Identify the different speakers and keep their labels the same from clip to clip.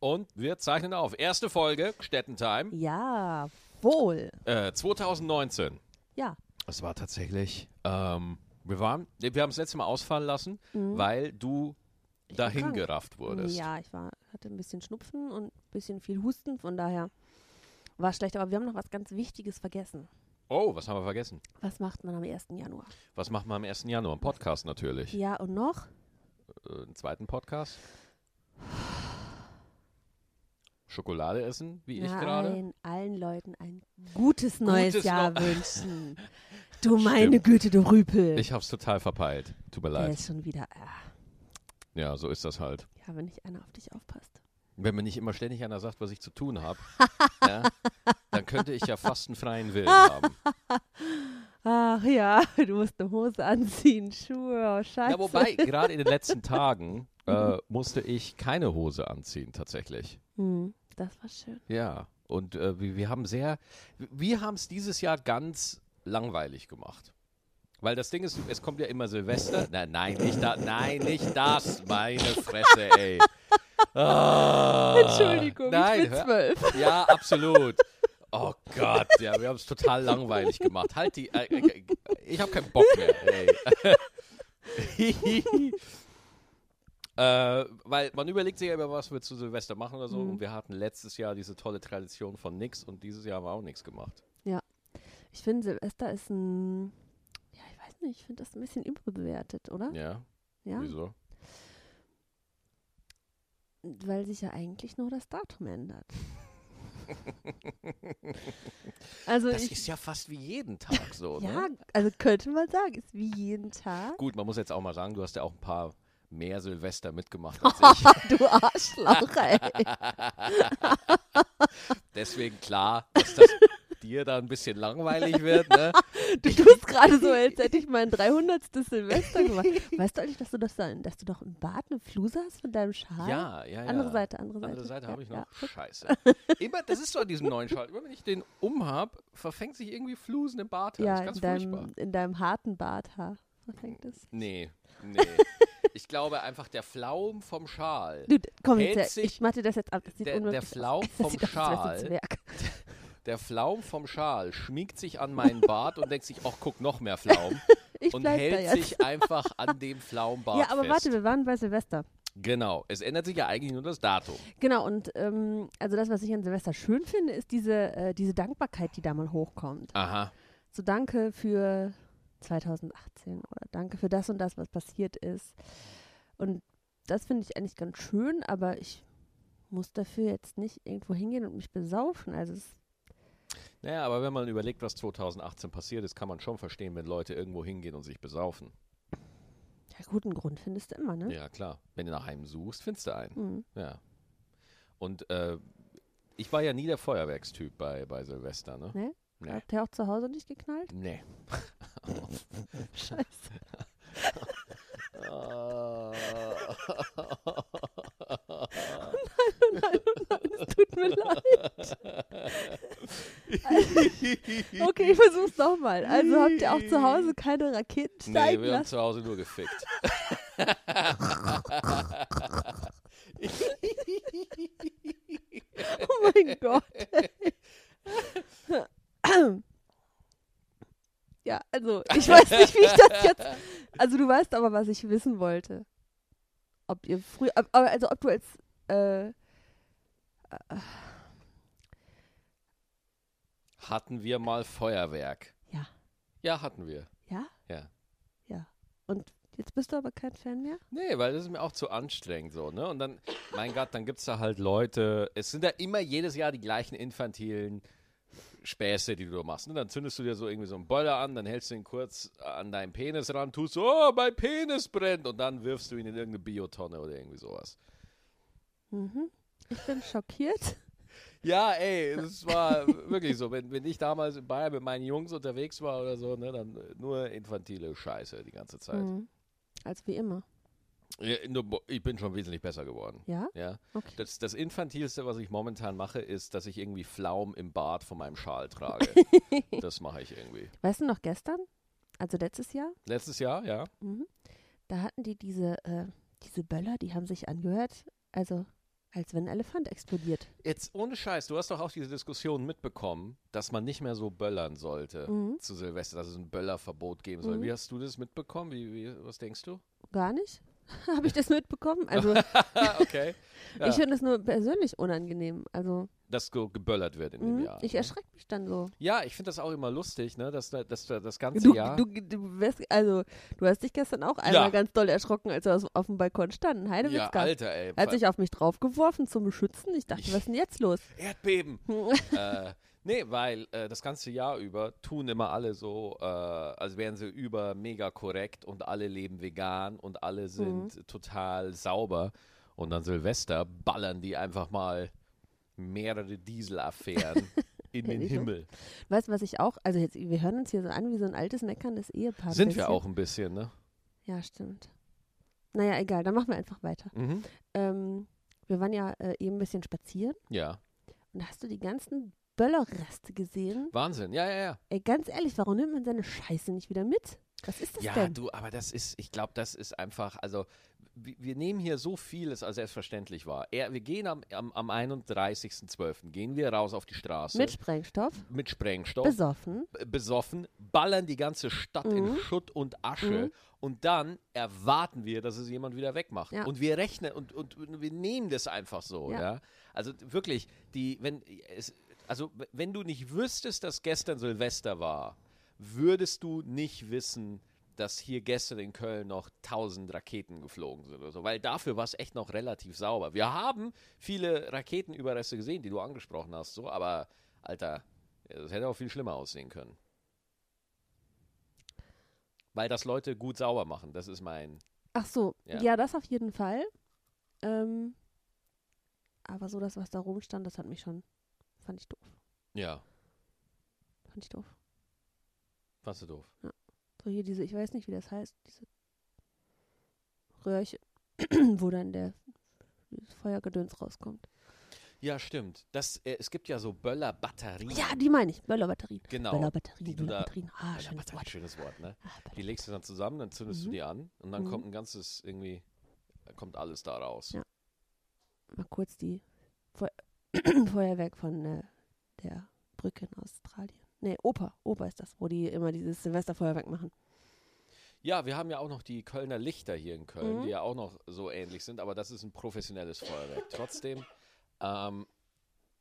Speaker 1: und wir zeichnen auf. Erste Folge, Städtentime,
Speaker 2: Ja, wohl.
Speaker 1: äh, 2019.
Speaker 2: Ja.
Speaker 1: Es war tatsächlich, ähm, wir waren, nee, wir haben das letzte Mal ausfallen lassen, weil du dahin
Speaker 2: Mhm. krank.
Speaker 1: gerafft wurdest.
Speaker 2: Ja, ich war, hatte ein bisschen Schnupfen und ein bisschen viel Husten, von daher war schlecht. Aber wir haben noch was ganz Wichtiges vergessen.
Speaker 1: Oh, was haben wir vergessen?
Speaker 2: Was macht man am 1. Januar?
Speaker 1: Was machen wir am 1. Januar? Ein Podcast natürlich.
Speaker 2: Ja, und noch?
Speaker 1: Äh, einen zweiten Podcast. Schokolade essen, wie ich gerade.
Speaker 2: Nein, allen Leuten ein gutes neues
Speaker 1: Gutes
Speaker 2: Jahr
Speaker 1: Neu-
Speaker 2: wünschen. Du meine Güte, du Rüpel.
Speaker 1: Ich hab's total verpeilt. Tut mir
Speaker 2: Der
Speaker 1: leid.
Speaker 2: ist schon wieder. Ah,
Speaker 1: Ja, so ist das halt.
Speaker 2: ja, wenn nicht einer auf dich aufpasst.
Speaker 1: Wenn mir nicht immer ständig einer sagt, was ich zu tun habe, ja, dann könnte ich ja fast einen freien Willen haben.
Speaker 2: Ach ja, du musst eine Hose anziehen, Schuhe, oh, Scheiße.
Speaker 1: Ja, wobei, gerade in den letzten Tagen äh, musste ich keine Hose anziehen, tatsächlich.
Speaker 2: Hm, das war schön.
Speaker 1: Ja. Und äh, wir, wir haben sehr, wir haben es dieses Jahr ganz langweilig gemacht. Weil das Ding ist, es kommt ja immer Silvester. Nein, nein, nicht da, nein, nicht das, meine Fresse, ey. Ah,
Speaker 2: Entschuldigung,
Speaker 1: nein,
Speaker 2: ich bin
Speaker 1: hör-
Speaker 2: zwölf.
Speaker 1: Ja, absolut. Oh Gott, ja, wir haben es total langweilig gemacht. Halt die, äh, äh, ich habe keinen Bock mehr. Ey. äh, weil man überlegt sich ja immer, was wir zu Silvester machen oder
Speaker 2: Mhm.
Speaker 1: so. Und wir hatten letztes Jahr diese tolle Tradition von nix und dieses Jahr haben wir auch nichts gemacht.
Speaker 2: Ich finde, Silvester ist ein. Ja, ich weiß nicht, ich finde das ein bisschen überbewertet, oder?
Speaker 1: Ja,
Speaker 2: Ja.
Speaker 1: wieso?
Speaker 2: Weil sich ja eigentlich nur das Datum ändert. also,
Speaker 1: Das
Speaker 2: ich.
Speaker 1: ist ja fast wie jeden Tag so.
Speaker 2: ja,
Speaker 1: Ne?
Speaker 2: also könnte man sagen, ist wie jeden Tag.
Speaker 1: Gut, man muss jetzt auch mal sagen, du hast ja auch ein paar mehr Silvester mitgemacht als ich.
Speaker 2: du Arschloch, ey.
Speaker 1: Deswegen klar, dass das dir da ein bisschen langweilig wird. Ne?
Speaker 2: Du tust gerade so, als hätte ich mein 300. Silvester gemacht. Weißt du eigentlich, dass du, das dann, dass du doch im Bad eine Fluse hast von deinem Schal?
Speaker 1: Ja, ja, ja.
Speaker 2: Andere Seite, andere Seite.
Speaker 1: Andere Seite
Speaker 2: Ja,
Speaker 1: habe ich noch.
Speaker 2: ja.
Speaker 1: Scheiße. Immer, das ist so an diesem neuen Schal. Immer wenn ich den umhab, verfängt sich irgendwie Flusen im Bart.
Speaker 2: Ja,
Speaker 1: das ist ganz
Speaker 2: in
Speaker 1: furchtbar.
Speaker 2: deinem, in deinem harten Barthaar. So fängt es.
Speaker 1: Nee, nee. Ich glaube einfach, der Flaum vom Schal,
Speaker 2: Du, komm
Speaker 1: Hält
Speaker 2: jetzt, her.
Speaker 1: sich
Speaker 2: ich mach dir das jetzt ab. Das sieht
Speaker 1: der- der
Speaker 2: unmöglich aus.
Speaker 1: Flaum
Speaker 2: Das
Speaker 1: vom
Speaker 2: sieht aus, als wärst du ein
Speaker 1: Schal.
Speaker 2: Zwerg.
Speaker 1: der Flaum vom Schal schmiegt sich an meinen Bart und denkt sich, ach guck, noch mehr Flaum.
Speaker 2: Ich
Speaker 1: und
Speaker 2: bleib da
Speaker 1: hält
Speaker 2: jetzt.
Speaker 1: sich einfach an dem Flaumbart
Speaker 2: ja, aber
Speaker 1: fest.
Speaker 2: warte, wir waren bei Silvester.
Speaker 1: Genau, es ändert sich ja eigentlich nur das Datum.
Speaker 2: Genau, und ähm, also das, was ich an Silvester schön finde, ist diese, äh, diese Dankbarkeit, die da mal hochkommt.
Speaker 1: Aha.
Speaker 2: So danke für 2018 oder danke für das und das, was passiert ist. Und das finde ich eigentlich ganz schön, aber ich muss dafür jetzt nicht irgendwo hingehen und mich besaufen. Also es
Speaker 1: Naja, aber wenn man überlegt, was 2018 passiert ist, kann man schon verstehen, wenn Leute irgendwo hingehen und sich besaufen.
Speaker 2: ja, guten Grund findest du immer, ne?
Speaker 1: Ja, klar. Wenn du nach einem suchst, findest du einen.
Speaker 2: Mhm.
Speaker 1: Ja. Und äh, ich war ja nie der Feuerwerkstyp bei, bei Silvester, ne?
Speaker 2: Ne?
Speaker 1: Nee.
Speaker 2: Habt ihr auch zu Hause nicht geknallt?
Speaker 1: Nee.
Speaker 2: Scheiße.
Speaker 1: Ah.
Speaker 2: Es tut mir leid. Okay, ich versuch's nochmal. Also habt ihr auch zu Hause keine Raketen
Speaker 1: nee,
Speaker 2: steigen
Speaker 1: wir haben
Speaker 2: lassen?
Speaker 1: zu Hause nur gefickt.
Speaker 2: Oh mein Gott. ey. Ja, also ich weiß nicht, wie ich das jetzt. Also du weißt aber, was ich wissen wollte. Ob ihr früher, ab- aber also ob du als äh,
Speaker 1: Hatten wir mal Feuerwerk?
Speaker 2: ja,
Speaker 1: Ja, hatten wir.
Speaker 2: ja,
Speaker 1: Ja.
Speaker 2: ja. Und jetzt bist du aber kein Fan mehr.
Speaker 1: Nee, weil das ist mir auch zu anstrengend so, ne? Und dann, mein Gott, dann gibt es da halt Leute, es sind ja immer jedes Jahr die gleichen infantilen Späße, die du machst. Ne? Dann zündest du dir so irgendwie so einen Boiler an, dann hältst du ihn kurz an deinen Penis ran, tust so, oh, mein Penis brennt und dann wirfst du ihn in irgendeine Biotonne oder irgendwie sowas.
Speaker 2: Mhm. Ich bin schockiert.
Speaker 1: Ja, ey, es war wirklich so. Wenn, wenn ich damals in Bayern mit meinen Jungs unterwegs war oder so, ne, dann nur infantile Scheiße die ganze Zeit.
Speaker 2: Mhm. Als wie immer.
Speaker 1: Ja, nur- Ich bin schon wesentlich besser geworden.
Speaker 2: Ja?
Speaker 1: Ja.
Speaker 2: Okay.
Speaker 1: Das, das Infantilste, was ich momentan mache, ist, dass ich irgendwie Flaum im Bart von meinem Schal trage. das mache ich irgendwie.
Speaker 2: Weißt du noch gestern? Also letztes Jahr?
Speaker 1: Letztes Jahr, ja.
Speaker 2: Mhm. Da hatten die diese, äh, diese Böller, die haben sich angehört. Also als wenn ein Elefant explodiert.
Speaker 1: Jetzt ohne Scheiß, du hast doch auch diese Diskussion mitbekommen, dass man nicht mehr so böllern sollte
Speaker 2: Mhm.
Speaker 1: zu Silvester, dass es ein Böllerverbot geben soll.
Speaker 2: Mhm.
Speaker 1: Wie hast du das mitbekommen? Wie, wie, was denkst du?
Speaker 2: Gar nicht? Habe ich das mitbekommen? Also,
Speaker 1: Ah, okay. Ja.
Speaker 2: ich finde es nur persönlich unangenehm. Also,
Speaker 1: Dass ge geböllert wird in dem
Speaker 2: mhm,
Speaker 1: Jahr.
Speaker 2: ich
Speaker 1: ne?
Speaker 2: erschrecke mich dann so.
Speaker 1: Ja, ich finde das auch immer lustig, ne? dass, da- dass da das ganze
Speaker 2: Du,
Speaker 1: Jahr.
Speaker 2: du, du, wärst, also, du hast dich gestern auch einmal ganz doll erschrocken, als wir aus- auf dem Balkon standen.
Speaker 1: ja,
Speaker 2: Heidewitzka.
Speaker 1: Alter, ey.
Speaker 2: Er hat sich auf mich draufgeworfen zum Beschützen. Ich dachte,
Speaker 1: Ich-
Speaker 2: was ist denn jetzt los?
Speaker 1: Erdbeben! äh, nee, weil äh, das ganze Jahr über tun immer alle so, äh, als wären sie über mega korrekt und alle leben vegan und alle sind
Speaker 2: Mhm.
Speaker 1: total sauber. Und an Silvester ballern die einfach mal mehrere Dieselaffären in den
Speaker 2: Ehrlich?
Speaker 1: Himmel.
Speaker 2: Weißt du, was ich auch, also jetzt, wir hören uns hier so an wie so ein altes, meckerndes Ehepaar.
Speaker 1: Sind
Speaker 2: bisschen.
Speaker 1: wir auch ein bisschen, ne?
Speaker 2: Ja, stimmt. Naja, egal, dann machen wir einfach weiter.
Speaker 1: Mhm.
Speaker 2: Ähm, wir waren ja äh, eben ein bisschen spazieren
Speaker 1: Ja,
Speaker 2: und hast du die ganzen Böllerreste gesehen?
Speaker 1: Wahnsinn. Ja, ja, ja.
Speaker 2: Ey, ganz ehrlich, warum nimmt man seine Scheiße nicht wieder mit? Was ist das
Speaker 1: Ja,
Speaker 2: denn?
Speaker 1: du, aber das ist, ich glaube, das ist einfach, also wir, wir nehmen hier so vieles als selbstverständlich wahr. Er, wir gehen am, am, am 31.12. gehen wir raus auf die Straße
Speaker 2: Mit Sprengstoff,
Speaker 1: mit Sprengstoff,
Speaker 2: besoffen.
Speaker 1: b- besoffen, ballern die ganze Stadt in
Speaker 2: Mhm.
Speaker 1: Schutt und Asche und dann erwarten wir, dass es jemand wieder wegmacht.
Speaker 2: Ja.
Speaker 1: Und wir rechnen und, und wir nehmen das einfach so, ja.
Speaker 2: Ja.
Speaker 1: Also wirklich, die, wenn es, also w- wenn du nicht wüsstest, dass gestern Silvester war, würdest du nicht wissen, dass hier gestern in Köln noch 1000 Raketen geflogen sind oder so, weil dafür war es echt noch relativ sauber. Wir haben viele Raketenüberreste gesehen, die du angesprochen hast, so, aber Alter, es hätte auch viel schlimmer aussehen können. Weil das Leute gut sauber machen, das ist mein.
Speaker 2: Ach so,
Speaker 1: Ja.
Speaker 2: ja, das auf jeden Fall. Ähm, aber so das, was da rumstand, das hat mich schon, fand ich doof,
Speaker 1: Ja,
Speaker 2: fand ich doof.
Speaker 1: fandst du doof.
Speaker 2: So hier diese, ich weiß nicht, wie das heißt, diese Röhrchen, wo dann der dieses Feuergedöns rauskommt.
Speaker 1: Ja, stimmt. Das, äh, es gibt ja so Böller-Batterien.
Speaker 2: Ja, die meine ich. Böllerbatterien.
Speaker 1: genau. die
Speaker 2: Böllerbatterien,
Speaker 1: du da-
Speaker 2: Böllerbatterien. Ah, schönes
Speaker 1: Böllerbatterie,
Speaker 2: Wort.
Speaker 1: schönes Wort, ne?
Speaker 2: Ah,
Speaker 1: Die
Speaker 2: Böller.
Speaker 1: legst du dann zusammen, dann zündest du
Speaker 2: Mhm.
Speaker 1: die an und dann
Speaker 2: Mhm.
Speaker 1: kommt ein ganzes irgendwie, da kommt alles da raus.
Speaker 2: Ja. Mal kurz die Feu Feuerwerk von äh, der Brücke in Australien. Nee, Oper. Oper ist das, wo die immer dieses Silvesterfeuerwerk machen.
Speaker 1: Ja, wir haben ja auch noch die Kölner Lichter hier in Köln,
Speaker 2: Mhm.
Speaker 1: die ja auch noch so ähnlich sind, aber das ist ein professionelles Feuerwerk. Trotzdem, ähm,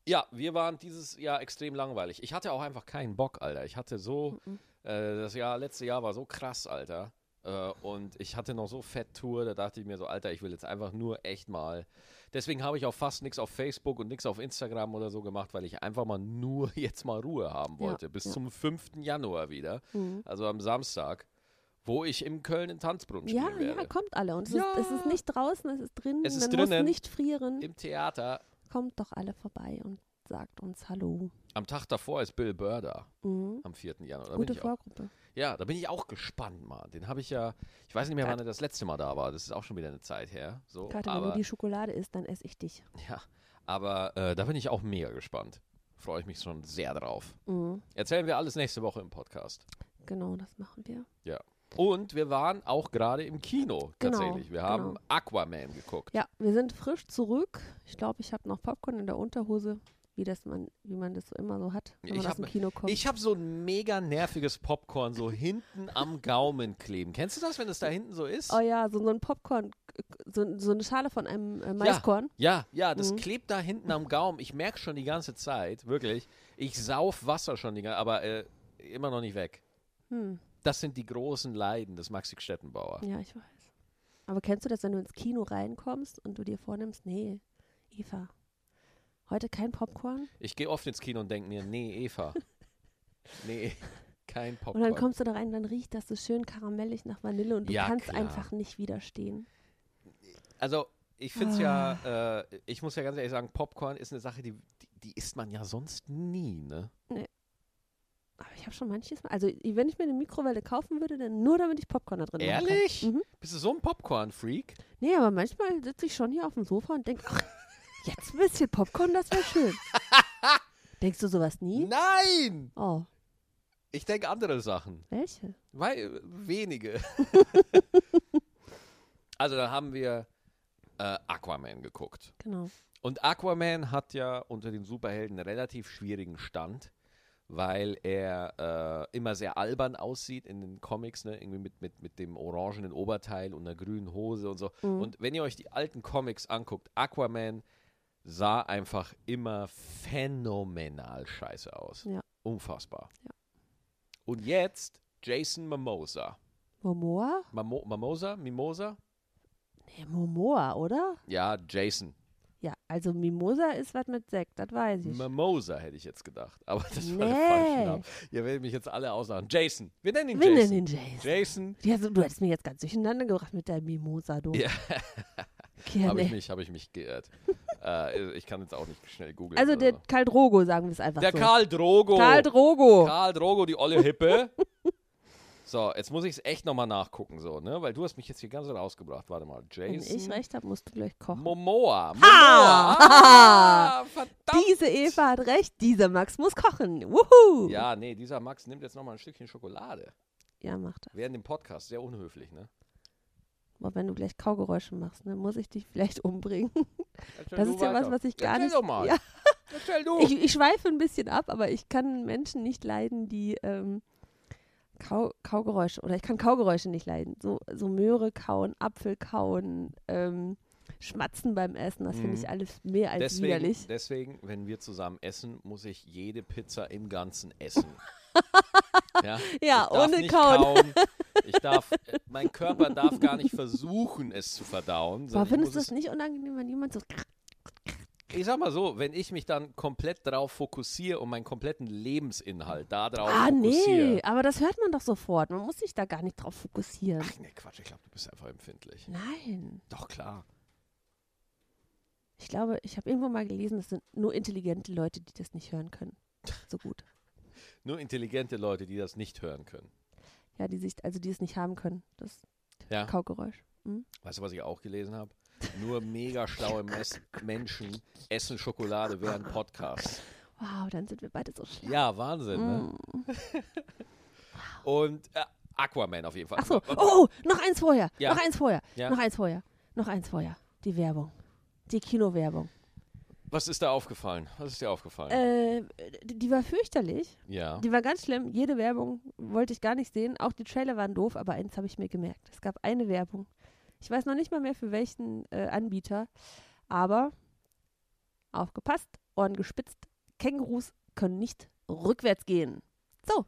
Speaker 1: ja, wir waren dieses Jahr extrem langweilig. Ich hatte auch einfach keinen Bock, Alter. Ich hatte so,
Speaker 2: Mhm.
Speaker 1: äh, das Jahr, letzte Jahr war so krass, Alter. Äh, und ich hatte noch so fett Tour, da dachte ich mir so, Alter, ich will jetzt einfach nur echt mal. Deswegen habe ich auch fast nichts auf Facebook und nichts auf Instagram oder so gemacht, weil ich einfach mal nur jetzt mal Ruhe haben
Speaker 2: Ja,
Speaker 1: wollte. Bis
Speaker 2: ja.
Speaker 1: zum 5. Januar wieder
Speaker 2: Mhm.
Speaker 1: also am Samstag, wo ich im Köln in Tanzbrunnen
Speaker 2: Ja,
Speaker 1: spielen
Speaker 2: ja,
Speaker 1: werde.
Speaker 2: kommt alle. Und es,
Speaker 1: Ja.
Speaker 2: ist, es ist nicht draußen, es ist drinnen.
Speaker 1: Es ist
Speaker 2: man muss
Speaker 1: drinnen.
Speaker 2: nicht frieren.
Speaker 1: Im Theater.
Speaker 2: Kommt doch alle vorbei und sagt uns Hallo.
Speaker 1: Am Tag davor ist Bill Burr da,
Speaker 2: Mhm.
Speaker 1: am 4. Januar. Da bin
Speaker 2: Gute
Speaker 1: ich auch,
Speaker 2: Vorgruppe.
Speaker 1: ja, da bin ich auch gespannt, Mann. Den habe ich ja, ich weiß nicht mehr, wann er das letzte Mal da war. Das ist auch schon wieder eine Zeit her. So,
Speaker 2: Karte, wenn
Speaker 1: aber,
Speaker 2: du die Schokolade isst, dann esse ich dich.
Speaker 1: ja, aber äh, da bin ich auch mega gespannt. Freue ich mich schon sehr drauf.
Speaker 2: Mhm.
Speaker 1: Erzählen wir alles nächste Woche im Podcast.
Speaker 2: Genau, das machen wir.
Speaker 1: Und wir waren auch gerade im Kino
Speaker 2: Genau,
Speaker 1: tatsächlich. Wir
Speaker 2: genau.
Speaker 1: haben Aquaman geguckt.
Speaker 2: Ja, wir sind frisch zurück. Ich glaube, ich habe noch Popcorn in der Unterhose, wie, das man, wie man das so immer so hat, wenn
Speaker 1: Ich
Speaker 2: man
Speaker 1: hab
Speaker 2: aus dem
Speaker 1: mir-
Speaker 2: Kino kommt.
Speaker 1: Ich habe so ein mega nerviges Popcorn so hinten am Gaumen kleben. Kennst du das, wenn es da hinten so ist?
Speaker 2: oh ja, so, so ein Popcorn, so, so eine Schale von einem äh, Maiskorn.
Speaker 1: Ja, ja, das
Speaker 2: Mhm.
Speaker 1: klebt da hinten am Gaumen. Ich merke schon die ganze Zeit, wirklich. Ich sauf Wasser schon die ganze aber äh, immer noch nicht weg.
Speaker 2: Hm,
Speaker 1: Das sind die großen Leiden des Maxi Stettenbauer.
Speaker 2: ja, ich weiß. Aber kennst du das, wenn du ins Kino reinkommst und du dir vornimmst, nee, Eva, heute kein Popcorn?
Speaker 1: Ich gehe oft ins Kino und denke mir, nee, Eva. nee, kein
Speaker 2: Und dann
Speaker 1: Popcorn.
Speaker 2: kommst du da rein, dann riecht das so schön karamellig nach Vanille und du
Speaker 1: Ja,
Speaker 2: kannst
Speaker 1: klar.
Speaker 2: einfach nicht widerstehen.
Speaker 1: Also, ich finde es
Speaker 2: Ah.
Speaker 1: ja, äh, ich muss ja ganz ehrlich sagen, Popcorn ist eine Sache, die, die, die isst man ja sonst nie, ne?
Speaker 2: Aber ich habe schon manches Mal, also i- wenn ich mir eine Mikrowelle kaufen würde, dann nur damit ich Popcorn da drin machen kann.
Speaker 1: Ehrlich?
Speaker 2: Mhm.
Speaker 1: Bist du so ein Popcorn-Freak?
Speaker 2: Nee, aber manchmal sitze ich schon hier auf dem Sofa und denke, ach, jetzt ein bisschen Popcorn, das wäre schön. Denkst du sowas
Speaker 1: Mhm.
Speaker 2: nie?
Speaker 1: Nein!
Speaker 2: Oh,
Speaker 1: Ich denke andere Sachen.
Speaker 2: welche?
Speaker 1: Weil, wenige. also dann haben wir äh, Aquaman geguckt.
Speaker 2: Genau.
Speaker 1: Und Aquaman hat ja unter den Superhelden einen relativ schwierigen Stand, weil er äh, immer sehr albern aussieht in den Comics, ne? irgendwie mit, mit, mit dem orangenen Oberteil und einer grünen Hose und so.
Speaker 2: Mhm.
Speaker 1: Und wenn ihr euch die alten Comics anguckt, Aquaman sah einfach immer phänomenal scheiße aus.
Speaker 2: Ja.
Speaker 1: Unfassbar.
Speaker 2: Ja.
Speaker 1: Und jetzt Jason Momoa.
Speaker 2: Momoa?
Speaker 1: Mamo Mimosa? Mimosa?
Speaker 2: Nee, Momoa, oder?
Speaker 1: Ja, Jason.
Speaker 2: Ja, also Mimosa ist was mit Sekt, das weiß ich.
Speaker 1: Mimosa hätte ich jetzt gedacht. Aber das war der
Speaker 2: Nee.
Speaker 1: falsche Name. Ihr werdet mich jetzt alle auslachen. Jason. Wir nennen ihn
Speaker 2: Wir nennen
Speaker 1: Jason.
Speaker 2: ihn Jason.
Speaker 1: Jason.
Speaker 2: Ja, so, du hättest mich jetzt ganz durcheinander gebracht mit deinem Mimosa, du.
Speaker 1: Ja.
Speaker 2: Okay, ja,
Speaker 1: Habe ich,
Speaker 2: nee.
Speaker 1: mich- hab ich mich geirrt. äh, ich kann jetzt auch nicht schnell googeln.
Speaker 2: Also
Speaker 1: oder
Speaker 2: der
Speaker 1: so.
Speaker 2: Karl Drogo, sagen wir es einfach
Speaker 1: der
Speaker 2: so.
Speaker 1: Karl Drogo.
Speaker 2: Karl Drogo.
Speaker 1: Karl Drogo, die olle Hippe. so, jetzt muss ich es echt nochmal nachgucken, so, ne? Weil du hast mich jetzt hier ganz rausgebracht. Warte mal.
Speaker 2: Wenn
Speaker 1: Jason.
Speaker 2: ich recht habe, musst du gleich kochen.
Speaker 1: Momoa. Momoa.
Speaker 2: Ha!
Speaker 1: Ah, verdammt.
Speaker 2: Diese Eva hat recht, dieser Max muss kochen. Wuhu!
Speaker 1: Ja, nee, dieser Max nimmt jetzt nochmal ein Stückchen Schokolade.
Speaker 2: ja, mach das.
Speaker 1: Während dem Podcast. Sehr unhöflich, ne?
Speaker 2: Aber wenn du gleich Kaugeräusche machst, ne, muss ich dich vielleicht umbringen.
Speaker 1: Erzähl
Speaker 2: Das
Speaker 1: du
Speaker 2: ist ja
Speaker 1: weiter.
Speaker 2: was, was ich gar
Speaker 1: Erzähl
Speaker 2: nicht.
Speaker 1: Doch mal.
Speaker 2: Ja,
Speaker 1: Erzähl du.
Speaker 2: ich, ich schweife ein bisschen ab, aber ich kann Menschen nicht leiden, die ähm, Kau Kaugeräusche oder ich kann Kaugeräusche nicht leiden. So, so Möhre kauen, Apfel kauen, ähm, Schmatzen beim Essen, das finde
Speaker 1: Mhm.
Speaker 2: ich alles mehr als
Speaker 1: deswegen,
Speaker 2: widerlich.
Speaker 1: deswegen, wenn wir zusammen essen, muss ich jede Pizza im Ganzen essen. ja,
Speaker 2: Ja,
Speaker 1: ich darf
Speaker 2: ohne
Speaker 1: nicht
Speaker 2: Kauen.
Speaker 1: kauen. Ich darf, äh, mein Körper darf gar nicht versuchen, es zu verdauen.
Speaker 2: Boah,
Speaker 1: sondern ich,
Speaker 2: findest du
Speaker 1: muss
Speaker 2: es nicht unangenehm, wenn jemand so.
Speaker 1: es, ich sag mal so, wenn ich mich dann komplett drauf fokussiere und meinen kompletten Lebensinhalt da drauf
Speaker 2: Ah,
Speaker 1: fokussiere.
Speaker 2: nee, aber das hört man doch sofort. Man muss sich da gar nicht drauf fokussieren.
Speaker 1: Ach nee, Quatsch, ich glaube, du bist einfach empfindlich.
Speaker 2: Nein.
Speaker 1: Doch, klar.
Speaker 2: Ich glaube, ich habe irgendwo mal gelesen, es sind nur intelligente Leute, die das nicht hören können. So gut.
Speaker 1: Nur intelligente Leute, die das nicht hören können.
Speaker 2: Ja, die sich, also die es nicht haben können. Das
Speaker 1: Ja.
Speaker 2: Kaugeräusch. Mhm.
Speaker 1: Weißt du, was ich auch gelesen habe? Nur mega schlaue Mes Menschen essen Schokolade während Podcasts.
Speaker 2: Wow, dann sind wir beide so schlau.
Speaker 1: Ja, Wahnsinn, ne?
Speaker 2: Mhm.
Speaker 1: Und äh, Aquaman auf jeden Fall.
Speaker 2: Ach so. Oh, noch eins vorher.
Speaker 1: Ja.
Speaker 2: Noch eins vorher.
Speaker 1: Ja.
Speaker 2: Noch eins vorher. Noch eins vorher. Die Werbung. Die Kinowerbung.
Speaker 1: Was ist da aufgefallen? Was ist dir aufgefallen?
Speaker 2: Äh, die die war fürchterlich.
Speaker 1: ja.
Speaker 2: Die war ganz schlimm. Jede Werbung wollte ich gar nicht sehen. Auch die Trailer waren doof, aber eins habe ich mir gemerkt. Es gab eine Werbung. Ich weiß noch nicht mal mehr für welchen äh, Anbieter, aber aufgepasst, Ohren gespitzt. Kängurus können nicht rückwärts gehen.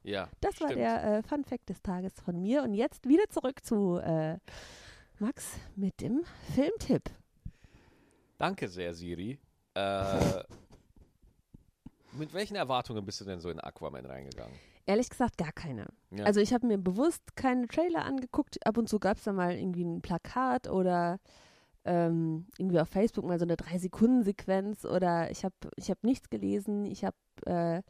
Speaker 1: Ja.
Speaker 2: Das war
Speaker 1: Stimmt.
Speaker 2: der äh, Fun Fact des Tages von mir. Und jetzt wieder zurück zu äh, Max mit dem Filmtipp.
Speaker 1: Danke sehr, Siri. Äh, mit welchen Erwartungen bist du denn so in Aquaman reingegangen?
Speaker 2: Ehrlich gesagt, gar keine.
Speaker 1: Ja.
Speaker 2: Also ich habe mir bewusst keine Trailer angeguckt. Ab und zu gab es da mal irgendwie ein Plakat oder ähm, irgendwie auf Facebook mal so eine drei Sekunden Sequenz oder ich habe ich hab nichts gelesen. Ich habe äh,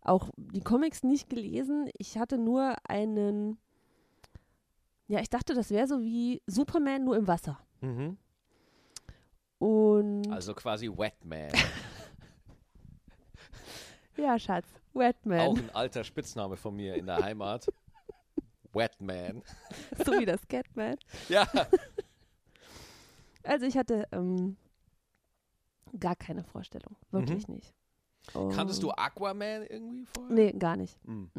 Speaker 2: auch die Comics nicht gelesen. Ich hatte nur einen. Ja, ich dachte, das wäre so wie Superman nur im Wasser.
Speaker 1: Mhm.
Speaker 2: Und
Speaker 1: also quasi Wetman.
Speaker 2: ja, Schatz, Wetman.
Speaker 1: Auch ein alter Spitzname von mir in der Heimat. Wetman.
Speaker 2: so wie das Catman.
Speaker 1: Ja.
Speaker 2: Also ich hatte ähm, gar keine Vorstellung, wirklich nicht.
Speaker 1: Mhm. Kanntest
Speaker 2: Ähm,
Speaker 1: du Aquaman irgendwie vorher?
Speaker 2: Nee, gar nicht.
Speaker 1: Mhm.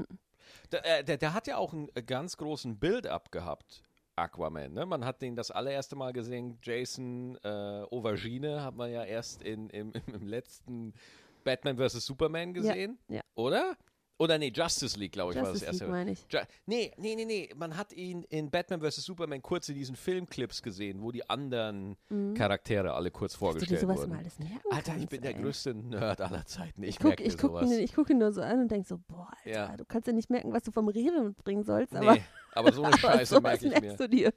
Speaker 1: Der, äh, der, der hat ja auch einen äh, ganz großen Build-up gehabt, Aquaman. Ne? Man hat den das allererste Mal gesehen, Jason äh, Aubergine hat man ja erst in, im, im, im letzten Batman vs. Superman gesehen,
Speaker 2: ja.
Speaker 1: oder? Oder nee, Justice League, glaube Oh, ich, war das
Speaker 2: Justice
Speaker 1: erste
Speaker 2: League meine ich.
Speaker 1: Ju nee, nee, nee, nee. Man hat ihn in Batman vs. Superman kurz in diesen Filmclips gesehen, wo die anderen Charaktere alle kurz
Speaker 2: Dass Hm. du Mhm. dir
Speaker 1: vorgestellt
Speaker 2: sowas
Speaker 1: wurden.
Speaker 2: mal alles merken
Speaker 1: Alter, ich
Speaker 2: kannst,
Speaker 1: bin der
Speaker 2: ey.
Speaker 1: größte Nerd aller Zeiten. Ich,
Speaker 2: Ich gucke
Speaker 1: merke mir
Speaker 2: ich guck
Speaker 1: sowas.
Speaker 2: ihn, ich guck ihn nur so an und denke so, boah, Alter,
Speaker 1: Ja.
Speaker 2: du kannst ja nicht merken, was du vom Rewe mitbringen sollst, aber,
Speaker 1: nee, aber so eine
Speaker 2: aber
Speaker 1: Scheiße
Speaker 2: sowas
Speaker 1: merke ich mir.
Speaker 2: merkst du dir.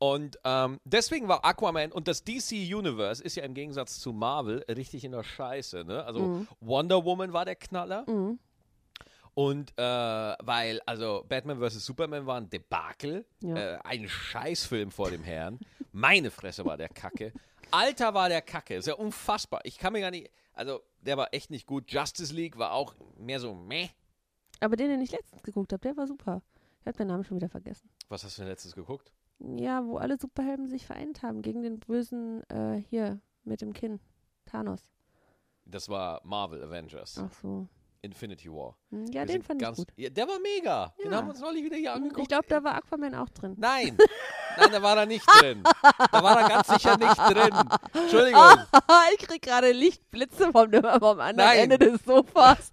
Speaker 1: Und ähm, deswegen war Aquaman und das DC Universe ist ja im Gegensatz zu Marvel richtig in der Scheiße. Ne? Also Wonder Woman war der Knaller.
Speaker 2: Mhm.
Speaker 1: Und äh, weil, also Batman vs. Superman war ein Debakel,
Speaker 2: Ja.
Speaker 1: äh, ein Scheißfilm vor dem Herrn. Meine Fresse war der Kacke. Alter war der Kacke. Ist ja unfassbar. Ich kann mir gar nicht. Also, der war echt nicht gut. Justice League war auch mehr so meh.
Speaker 2: Aber den, den ich letztens geguckt habe, der war super. Ich habe den Namen schon wieder vergessen.
Speaker 1: Was hast du denn letztes geguckt?
Speaker 2: Ja, wo alle Superhelden sich vereint haben gegen den bösen äh, hier mit dem Kinn. Thanos.
Speaker 1: Das war Marvel Avengers.
Speaker 2: Ach so.
Speaker 1: Infinity War.
Speaker 2: Hm, Ja,
Speaker 1: Wir
Speaker 2: den
Speaker 1: sind
Speaker 2: fand ich
Speaker 1: ganz-
Speaker 2: gut.
Speaker 1: Ja, der war mega. Den
Speaker 2: Ja.
Speaker 1: haben wir uns neulich wieder hier angeguckt.
Speaker 2: Ich glaube, da war Aquaman auch drin.
Speaker 1: Nein, nein, da war er nicht drin. Da war er ganz sicher nicht drin.
Speaker 2: Ah.
Speaker 1: Entschuldigung.
Speaker 2: ich krieg gerade Lichtblitze vom, vom anderen
Speaker 1: Nein.
Speaker 2: Ende des Sofas.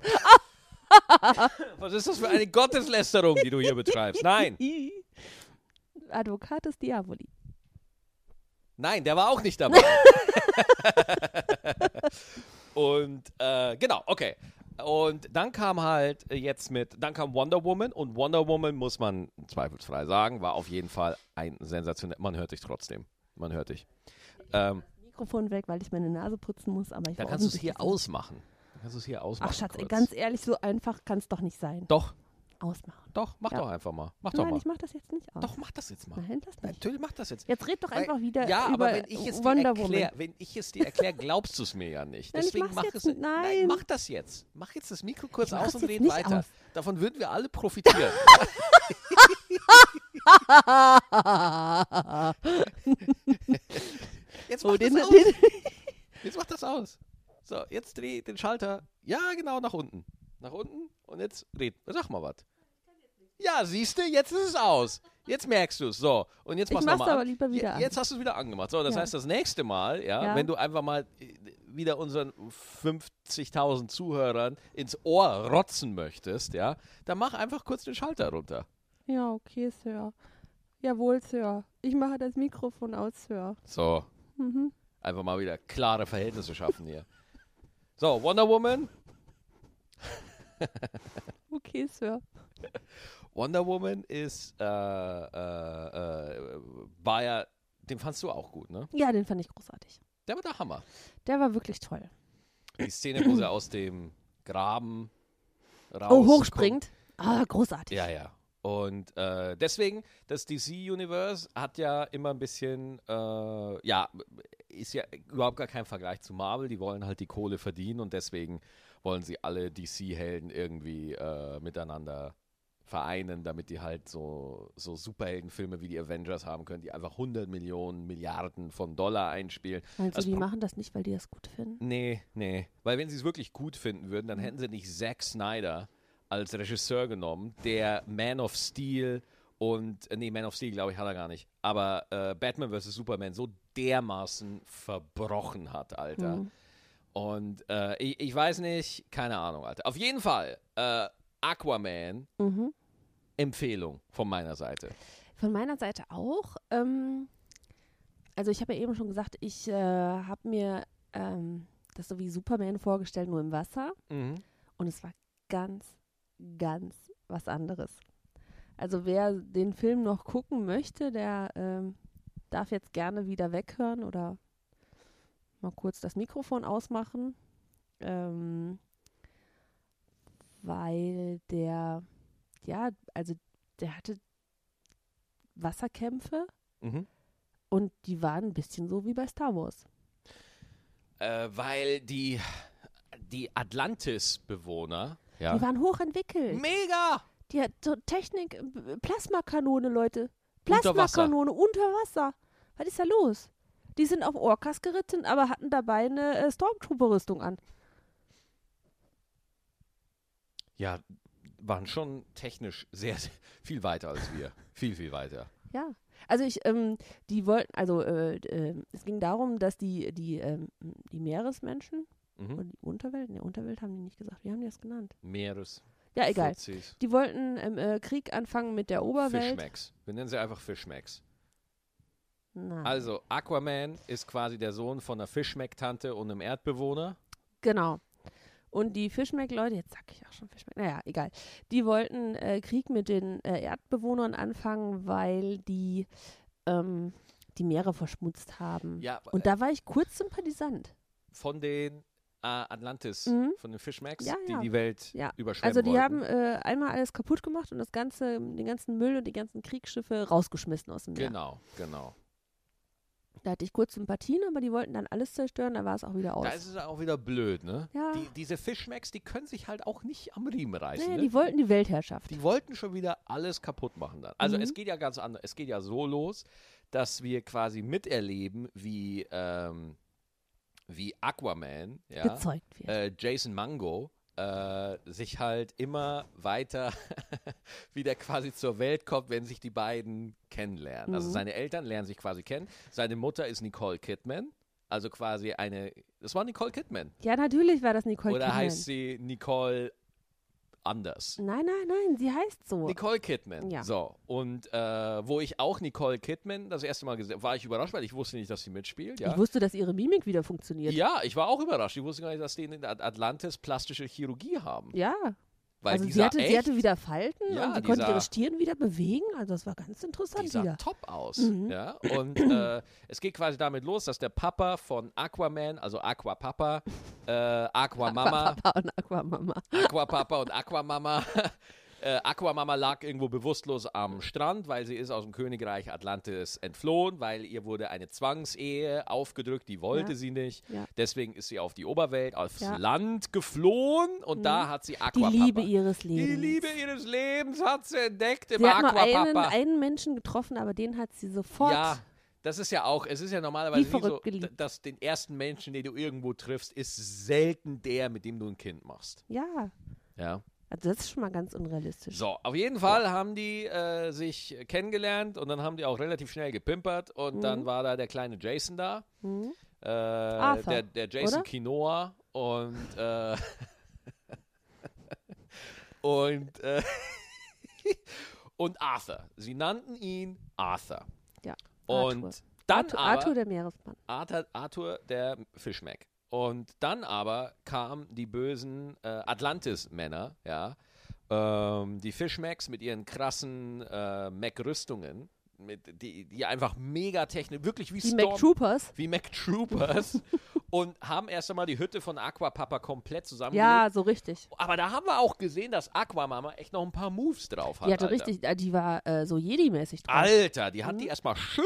Speaker 1: Was ist das für eine Gotteslästerung, die du hier betreibst? Nein,
Speaker 2: Advocatus Diaboli.
Speaker 1: nein, der war auch nicht dabei. Und äh, genau, okay. Und dann kam halt jetzt mit, dann kam Wonder Woman und Wonder Woman, muss man zweifelsfrei sagen, war auf jeden Fall ein sensationell. Man hört dich trotzdem. Man hört dich. Ähm,
Speaker 2: Mikrofon weg, weil ich meine Nase putzen muss, aber ich
Speaker 1: dann
Speaker 2: war
Speaker 1: kannst du es
Speaker 2: offensichtlich-
Speaker 1: hier ausmachen. Dann kannst du es hier ausmachen.
Speaker 2: Ach Schatz, ey,
Speaker 1: kurz.
Speaker 2: ganz ehrlich, so einfach kann es doch nicht sein.
Speaker 1: Doch,
Speaker 2: Ausmachen.
Speaker 1: doch, mach
Speaker 2: Ja.
Speaker 1: doch einfach mal. Mach doch
Speaker 2: Nein,
Speaker 1: mal.
Speaker 2: ich mach das jetzt nicht aus.
Speaker 1: Doch, mach das jetzt mal.
Speaker 2: Nein, das nicht.
Speaker 1: Natürlich mach das jetzt.
Speaker 2: Jetzt red doch
Speaker 1: Weil-
Speaker 2: einfach wieder
Speaker 1: ja,
Speaker 2: über
Speaker 1: aber wenn ich es dir
Speaker 2: Wonder
Speaker 1: erkläre,
Speaker 2: Woman.
Speaker 1: wenn ich es dir erkläre, glaubst du es mir ja nicht.
Speaker 2: Nein, ich
Speaker 1: Deswegen
Speaker 2: mach's
Speaker 1: mach
Speaker 2: jetzt
Speaker 1: es.
Speaker 2: nicht. Nein.
Speaker 1: mach das jetzt. Mach jetzt das Mikro kurz
Speaker 2: Ich mach's
Speaker 1: aus und
Speaker 2: jetzt
Speaker 1: reden
Speaker 2: nicht
Speaker 1: weiter.
Speaker 2: aus.
Speaker 1: Davon würden wir alle profitieren. Jetzt mach
Speaker 2: oh, den,
Speaker 1: das aus.
Speaker 2: den,
Speaker 1: Jetzt mach das aus. So, jetzt dreh den Schalter. Ja, genau, nach unten. Nach unten und jetzt red. Sag mal was. Ja, siehst du, jetzt ist es aus. Jetzt merkst du es. So, und jetzt
Speaker 2: Ich
Speaker 1: mach's
Speaker 2: mach's
Speaker 1: nochmal
Speaker 2: aber
Speaker 1: an.
Speaker 2: lieber wieder
Speaker 1: Je-
Speaker 2: an.
Speaker 1: Jetzt hast du es wieder angemacht. So, das
Speaker 2: Ja.
Speaker 1: heißt, das nächste Mal, ja,
Speaker 2: Ja.
Speaker 1: wenn du einfach mal äh, wieder unseren 50.000 Zuhörern ins Ohr rotzen möchtest, ja, dann mach einfach kurz den Schalter runter.
Speaker 2: ja, okay, Sir. Jawohl, Sir. Ich mache das Mikrofon aus, Sir.
Speaker 1: So,
Speaker 2: Mhm.
Speaker 1: einfach mal wieder klare Verhältnisse schaffen hier. So, Wonder Woman,
Speaker 2: Okay, Sir.
Speaker 1: Wonder Woman ist, äh, äh, äh, war ja, den fandst du auch gut, ne?
Speaker 2: Ja, den fand ich großartig.
Speaker 1: Der war der Hammer.
Speaker 2: Der war wirklich toll.
Speaker 1: Die Szene, wo sie aus dem Graben raus.
Speaker 2: Oh, hochspringt. Ah, großartig.
Speaker 1: Ja, ja. Und äh, deswegen, das DC-Universe hat ja immer ein bisschen, äh, ja, ist ja überhaupt gar kein Vergleich zu Marvel. Die wollen halt die Kohle verdienen und deswegen wollen sie alle DC-Helden irgendwie äh, miteinander vereinen, damit die halt so, so Superheldenfilme wie die Avengers haben können, die einfach 100 Millionen, Milliarden von Dollar einspielen.
Speaker 2: Meinst du,
Speaker 1: Das
Speaker 2: Also, die
Speaker 1: Pro-
Speaker 2: machen das nicht, weil die das gut finden?
Speaker 1: Nee, nee. Weil wenn sie es wirklich gut finden würden, dann hätten sie nicht Zack Snyder als Regisseur genommen, der Man of Steel und, äh, nee, Man of Steel, glaube ich, hat er gar nicht, aber äh, Batman vs. Superman so dermaßen verbrochen hat, Alter.
Speaker 2: Hm.
Speaker 1: Und äh, ich, ich weiß nicht, keine Ahnung, Alter. Auf jeden Fall, äh, Aquaman,
Speaker 2: Mhm.
Speaker 1: Empfehlung von meiner Seite.
Speaker 2: Von meiner Seite auch. Ähm, also ich habe ja eben schon gesagt, ich äh, habe mir ähm, das so wie Superman vorgestellt, nur im Wasser. Und es war ganz, ganz was anderes. Also wer den Film noch gucken möchte, der ähm, darf jetzt gerne wieder weghören oder mal kurz das Mikrofon ausmachen, ähm, weil der, ja, also der hatte Wasserkämpfe
Speaker 1: Mhm.
Speaker 2: und die waren ein bisschen so wie bei Star Wars.
Speaker 1: Äh, weil die, die Atlantis-Bewohner, ja.
Speaker 2: Die waren hochentwickelt.
Speaker 1: Mega!
Speaker 2: Die hat so Technik, äh, Plasmakanone, Leute.
Speaker 1: Unter Wasser.
Speaker 2: Plasmakanone unter Wasser. Was ist da los? Die sind auf Orcas geritten, aber hatten dabei eine äh, Stormtrooper-Rüstung an.
Speaker 1: Ja, waren schon technisch sehr, sehr viel weiter als wir. viel, viel weiter.
Speaker 2: Ja. Also ich, ähm, die wollten, also äh, äh, es ging darum, dass die, die, ähm, die Meeresmenschen
Speaker 1: Mhm.
Speaker 2: oder die Unterwelt, ne, Unterwelt haben die nicht gesagt, wie haben die das genannt?
Speaker 1: Meeres.
Speaker 2: Ja, egal.
Speaker 1: Fuzis,
Speaker 2: Die wollten ähm, äh, Krieg anfangen mit der Oberwelt.
Speaker 1: Fischmecks. Wir nennen sie einfach Fischmecks.
Speaker 2: Nein.
Speaker 1: Also, Aquaman ist quasi der Sohn von einer Fischmeck-Tante und einem Erdbewohner.
Speaker 2: Genau. Und die Fischmeck-Leute, jetzt sag ich auch schon Fischmeck, naja, egal. Die wollten äh, Krieg mit den äh, Erdbewohnern anfangen, weil die ähm, die Meere verschmutzt haben.
Speaker 1: Ja,
Speaker 2: Mhm.
Speaker 1: äh,
Speaker 2: Und da war ich kurz sympathisant.
Speaker 1: von den äh, Atlantis,
Speaker 2: Mhm.
Speaker 1: von den Fischmecks,
Speaker 2: Ja,
Speaker 1: die
Speaker 2: ja.
Speaker 1: die Welt
Speaker 2: Ja.
Speaker 1: überschwemmen
Speaker 2: Also die
Speaker 1: wollten.
Speaker 2: haben äh, einmal alles kaputt gemacht und das ganze, den ganzen Müll und die ganzen Kriegsschiffe rausgeschmissen aus dem Meer.
Speaker 1: Genau, genau.
Speaker 2: Da hatte ich kurz Sympathien, aber die wollten dann alles zerstören, da war es auch wieder aus.
Speaker 1: Da ist es dann auch wieder blöd, ne?
Speaker 2: Ja.
Speaker 1: Die, diese Fischmecks, die können sich halt auch nicht am Riemen reißen.
Speaker 2: naja,
Speaker 1: ne?
Speaker 2: die wollten die Weltherrschaft.
Speaker 1: Die wollten schon wieder alles kaputt machen dann. Also
Speaker 2: Mhm.
Speaker 1: es geht ja ganz anders. Es geht ja so los, dass wir quasi miterleben, wie, ähm, wie Aquaman, ja,
Speaker 2: Gezeugt wird.
Speaker 1: äh, Jason Mango, äh, sich halt immer weiter wieder quasi zur Welt kommt, wenn sich die beiden kennenlernen. Also
Speaker 2: Mhm.
Speaker 1: seine Eltern lernen sich quasi kennen. Seine Mutter ist Nicole Kidman. Also quasi eine, das war Nicole Kidman.
Speaker 2: ja, natürlich war das Nicole
Speaker 1: Äh. Oder
Speaker 2: Kidman.
Speaker 1: heißt sie Nicole anders?
Speaker 2: nein, nein, nein, sie heißt so.
Speaker 1: Nicole Kidman.
Speaker 2: Ja.
Speaker 1: So. Und äh, wo ich auch Nicole Kidman das erste Mal gesehen war ich überrascht, weil ich wusste nicht, dass sie mitspielt. Ja.
Speaker 2: Ich wusste, dass ihre Mimik wieder funktioniert.
Speaker 1: ja, ich war auch überrascht. Ich wusste gar nicht, dass die in At- Atlantis plastische Chirurgie haben.
Speaker 2: Ja.
Speaker 1: Weil
Speaker 2: also
Speaker 1: die
Speaker 2: sie
Speaker 1: sah
Speaker 2: hatte,
Speaker 1: echt,
Speaker 2: sie hatte wieder Falten
Speaker 1: Ja,
Speaker 2: und sie
Speaker 1: die
Speaker 2: konnte
Speaker 1: sah-
Speaker 2: ihre Stirn wieder bewegen. Also das war ganz
Speaker 1: die
Speaker 2: interessant
Speaker 1: sah
Speaker 2: wieder.
Speaker 1: top aus.
Speaker 2: Mhm.
Speaker 1: Ja? Und äh, es geht quasi damit los, dass der Papa von Aquaman, also Aquapapa, äh, Aquamama,
Speaker 2: Aquapapa und Aquamama.
Speaker 1: Aquapapa und Aquamama. Äh, Aquamama lag irgendwo bewusstlos am Strand, weil sie ist aus dem Königreich Atlantis entflohen, weil ihr wurde eine Zwangsehe aufgedrückt, die wollte
Speaker 2: Ja.
Speaker 1: sie nicht.
Speaker 2: Ja.
Speaker 1: Deswegen ist sie auf die Oberwelt, aufs
Speaker 2: Ja. Mhm.
Speaker 1: Land geflohen und da hat sie
Speaker 2: Die
Speaker 1: Aquapapa.
Speaker 2: Liebe ihres Lebens.
Speaker 1: Die Liebe ihres Lebens hat sie entdeckt im
Speaker 2: Sie hat nur einen,
Speaker 1: Aquapapa.
Speaker 2: einen Menschen getroffen, aber den hat sie sofort.
Speaker 1: Ja, das ist ja auch, es ist ja normalerweise
Speaker 2: Wie
Speaker 1: nicht so,
Speaker 2: verrückt geliebt.
Speaker 1: d- dass den ersten Menschen, den du irgendwo triffst, ist selten der, mit dem du ein Kind machst.
Speaker 2: Ja.
Speaker 1: Ja.
Speaker 2: Also das ist schon mal ganz unrealistisch.
Speaker 1: So, auf jeden Fall haben die äh, sich kennengelernt und dann haben die auch relativ schnell gepimpert und
Speaker 2: Mhm.
Speaker 1: dann war da der kleine Jason da.
Speaker 2: Hm?
Speaker 1: Äh, der, der Jason
Speaker 2: oder?
Speaker 1: Quinoa und äh, und äh, und Arthur. Sie nannten ihn Arthur.
Speaker 2: Ja,
Speaker 1: Und
Speaker 2: Arthur.
Speaker 1: dann
Speaker 2: Arthur,
Speaker 1: aber
Speaker 2: Arthur der Meeresmann.
Speaker 1: Arthur, Arthur der Fischmeck. Und dann aber kamen die bösen äh, Atlantis-Männer, ja. Ähm, die Fischmecks mit ihren krassen äh, Mac-Rüstungen, mit- die, die einfach mega technisch, wirklich wie
Speaker 2: Die
Speaker 1: Storm,
Speaker 2: McTroopers.
Speaker 1: wie Mac Troopers und haben erst einmal die Hütte von Aquapapa komplett zusammengelegt.
Speaker 2: Ja, so richtig.
Speaker 1: Aber da haben wir auch gesehen, dass Aquamama echt noch ein paar Moves drauf hat.
Speaker 2: Die hatte
Speaker 1: Alter.
Speaker 2: richtig, äh, die war äh, so Jedi-mäßig drauf.
Speaker 1: Alter, die hat die erstmal schön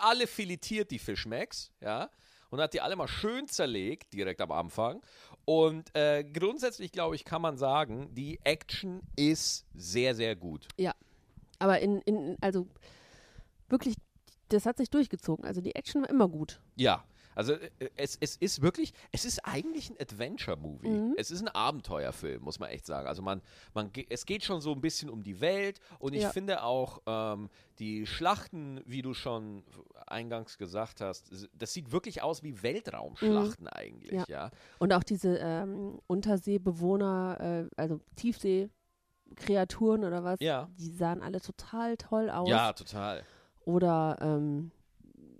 Speaker 1: alle filetiert, die Fischmecks, ja. Und hat die alle mal schön zerlegt, direkt am Anfang. Und äh, grundsätzlich, glaube ich, kann man sagen, die Action ist sehr, sehr gut.
Speaker 2: Aber in, in, also wirklich, das hat sich durchgezogen. Also die Action war immer gut.
Speaker 1: Ja. Also äh, es, es ist wirklich, es ist eigentlich ein Adventure-Movie.
Speaker 2: Mhm.
Speaker 1: Es ist ein Abenteuerfilm, muss man echt sagen. Also man, man, ge- es geht schon so ein bisschen um die Welt und ich
Speaker 2: Ja.
Speaker 1: finde auch ähm, die Schlachten, wie du schon eingangs gesagt hast, s- das sieht wirklich aus wie Weltraumschlachten eigentlich, ja.
Speaker 2: Mhm. Ja. Und auch diese ähm, Unterseebewohner, äh, also Tiefseekreaturen oder was,
Speaker 1: Ja.
Speaker 2: die sahen alle total toll aus.
Speaker 1: Ja, total.
Speaker 2: Oder ähm,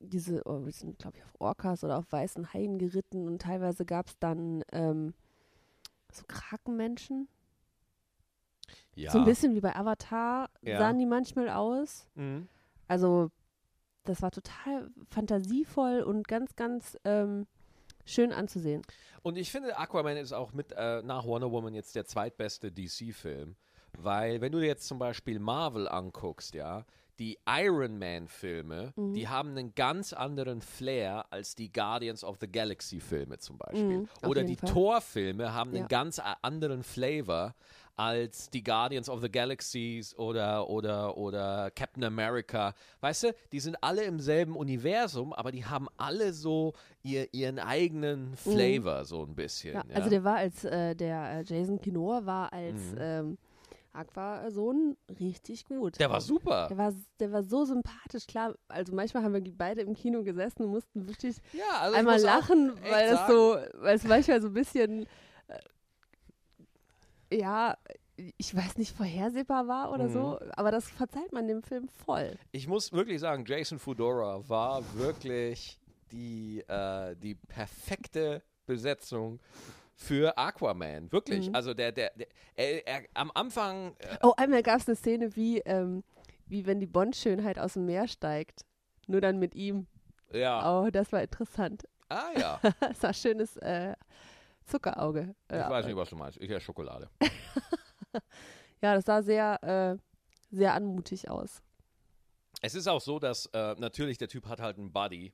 Speaker 2: diese, oh, die sind glaube ich auf Orcas oder auf weißen Haien geritten und teilweise gab es dann ähm, so Krakenmenschen.
Speaker 1: Ja.
Speaker 2: So ein bisschen wie bei Avatar
Speaker 1: Ja.
Speaker 2: sahen die manchmal aus.
Speaker 1: Mhm.
Speaker 2: Also das war total fantasievoll und ganz, ganz ähm, schön anzusehen.
Speaker 1: Und ich finde, Aquaman ist auch mit äh, nach Wonder Woman jetzt der zweitbeste DC-Film. Weil, wenn du dir jetzt zum Beispiel Marvel anguckst, ja, die Iron Man-Filme,
Speaker 2: Mhm.
Speaker 1: die haben einen ganz anderen Flair als die Guardians of the Galaxy-Filme zum Beispiel.
Speaker 2: Mhm, auf
Speaker 1: Oder
Speaker 2: jeden
Speaker 1: die
Speaker 2: Fall.
Speaker 1: Thor-Filme haben einen
Speaker 2: Ja.
Speaker 1: ganz a- anderen Flavor als die Guardians of the Galaxies oder, oder, oder Captain America. Weißt du, die sind alle im selben Universum, aber die haben alle so ihr, ihren eigenen Flavor, so ein bisschen.
Speaker 2: Mhm.
Speaker 1: Ja,
Speaker 2: Ja, Also der war als, äh, der äh, Jason Kinoa war als
Speaker 1: Mhm.
Speaker 2: ähm, Aqua-Sohn richtig gut.
Speaker 1: Der war super.
Speaker 2: Der war, der war so sympathisch, klar. Also manchmal haben wir ge- beide im Kino gesessen und mussten wirklich
Speaker 1: ja, also ich
Speaker 2: einmal
Speaker 1: muss auch
Speaker 2: lachen,
Speaker 1: echt
Speaker 2: weil das
Speaker 1: sagen,
Speaker 2: so, weil es manchmal so ein bisschen, äh, ja, ich weiß nicht, vorhersehbar war oder
Speaker 1: Mhm.
Speaker 2: so, aber das verzeiht man dem Film voll.
Speaker 1: Ich muss wirklich sagen, Jason Fudora war wirklich die, äh, die perfekte Besetzung für Aquaman. Wirklich.
Speaker 2: Mhm.
Speaker 1: Also der, der, der er, er, am Anfang äh,
Speaker 2: Oh, einmal gab es eine Szene wie, ähm, wie wenn die Bond-Schönheit aus dem Meer steigt. Nur dann mit ihm.
Speaker 1: äh, ja.
Speaker 2: Oh, das war interessant.
Speaker 1: Ah ja.
Speaker 2: Das war schönes äh, Zuckerauge.
Speaker 1: Ich
Speaker 2: Äh,
Speaker 1: weiß nicht, was du meinst. Ich esse Schokolade.
Speaker 2: Ja, das sah sehr, äh, sehr anmutig aus.
Speaker 1: Es ist auch so, dass äh, natürlich der Typ hat halt einen Buddy.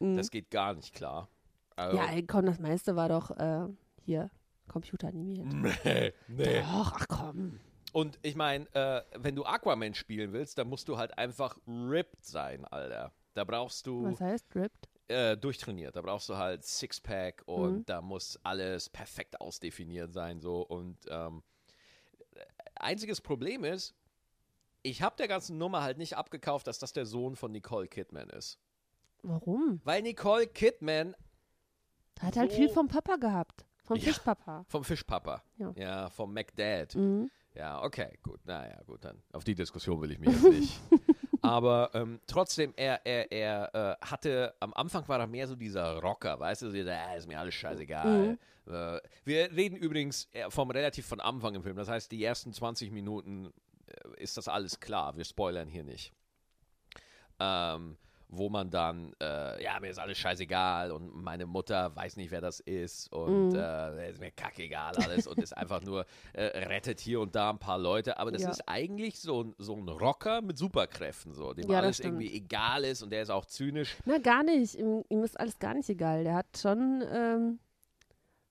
Speaker 2: Mhm.
Speaker 1: Das geht gar nicht klar. Also,
Speaker 2: ja, ey, komm, das meiste war doch äh, hier computeranimiert.
Speaker 1: nee, nee.
Speaker 2: Doch, ach komm.
Speaker 1: Und ich meine, äh, wenn du Aquaman spielen willst, dann musst du halt einfach ripped sein, Alter. Da brauchst du
Speaker 2: Was heißt ripped?
Speaker 1: äh, durchtrainiert, da brauchst du halt Sixpack und
Speaker 2: Mhm.
Speaker 1: da muss alles perfekt ausdefiniert sein so und ähm, einziges Problem ist, ich habe der ganzen Nummer halt nicht abgekauft, dass das der Sohn von Nicole Kidman ist,
Speaker 2: Warum?
Speaker 1: weil Nicole Kidman
Speaker 2: Hat halt
Speaker 1: So.
Speaker 2: viel vom Papa gehabt. Vom
Speaker 1: Oh. Ja.
Speaker 2: Fischpapa.
Speaker 1: vom Fischpapa,
Speaker 2: Ja.
Speaker 1: vom McDad,
Speaker 2: Mhm.
Speaker 1: Ja, okay, gut. Naja, gut, dann. Auf die Diskussion will ich mir jetzt nicht. Aber ähm, trotzdem, er, er, er äh, hatte, am Anfang war er mehr so dieser Rocker, weißt du, so dieser, "Ah, ist mir alles scheißegal.
Speaker 2: Mhm.
Speaker 1: Äh, wir reden übrigens äh, vom relativ von Anfang im Film. Das heißt, die ersten 20 Minuten äh, ist das alles klar. Wir spoilern hier nicht. Ähm, wo man dann, äh, ja, mir ist alles scheißegal und meine Mutter weiß nicht, wer das ist und
Speaker 2: Mhm.
Speaker 1: äh, ist mir kackegal alles und ist einfach nur, äh, rettet hier und da ein paar Leute. Aber das
Speaker 2: Ja.
Speaker 1: ist eigentlich so ein, so ein Rocker mit Superkräften, so, dem
Speaker 2: Ja, das
Speaker 1: alles
Speaker 2: stimmt.
Speaker 1: irgendwie egal ist und der ist auch zynisch.
Speaker 2: Na, gar nicht. Ihm, ihm ist alles gar nicht egal. Der hat schon, ähm,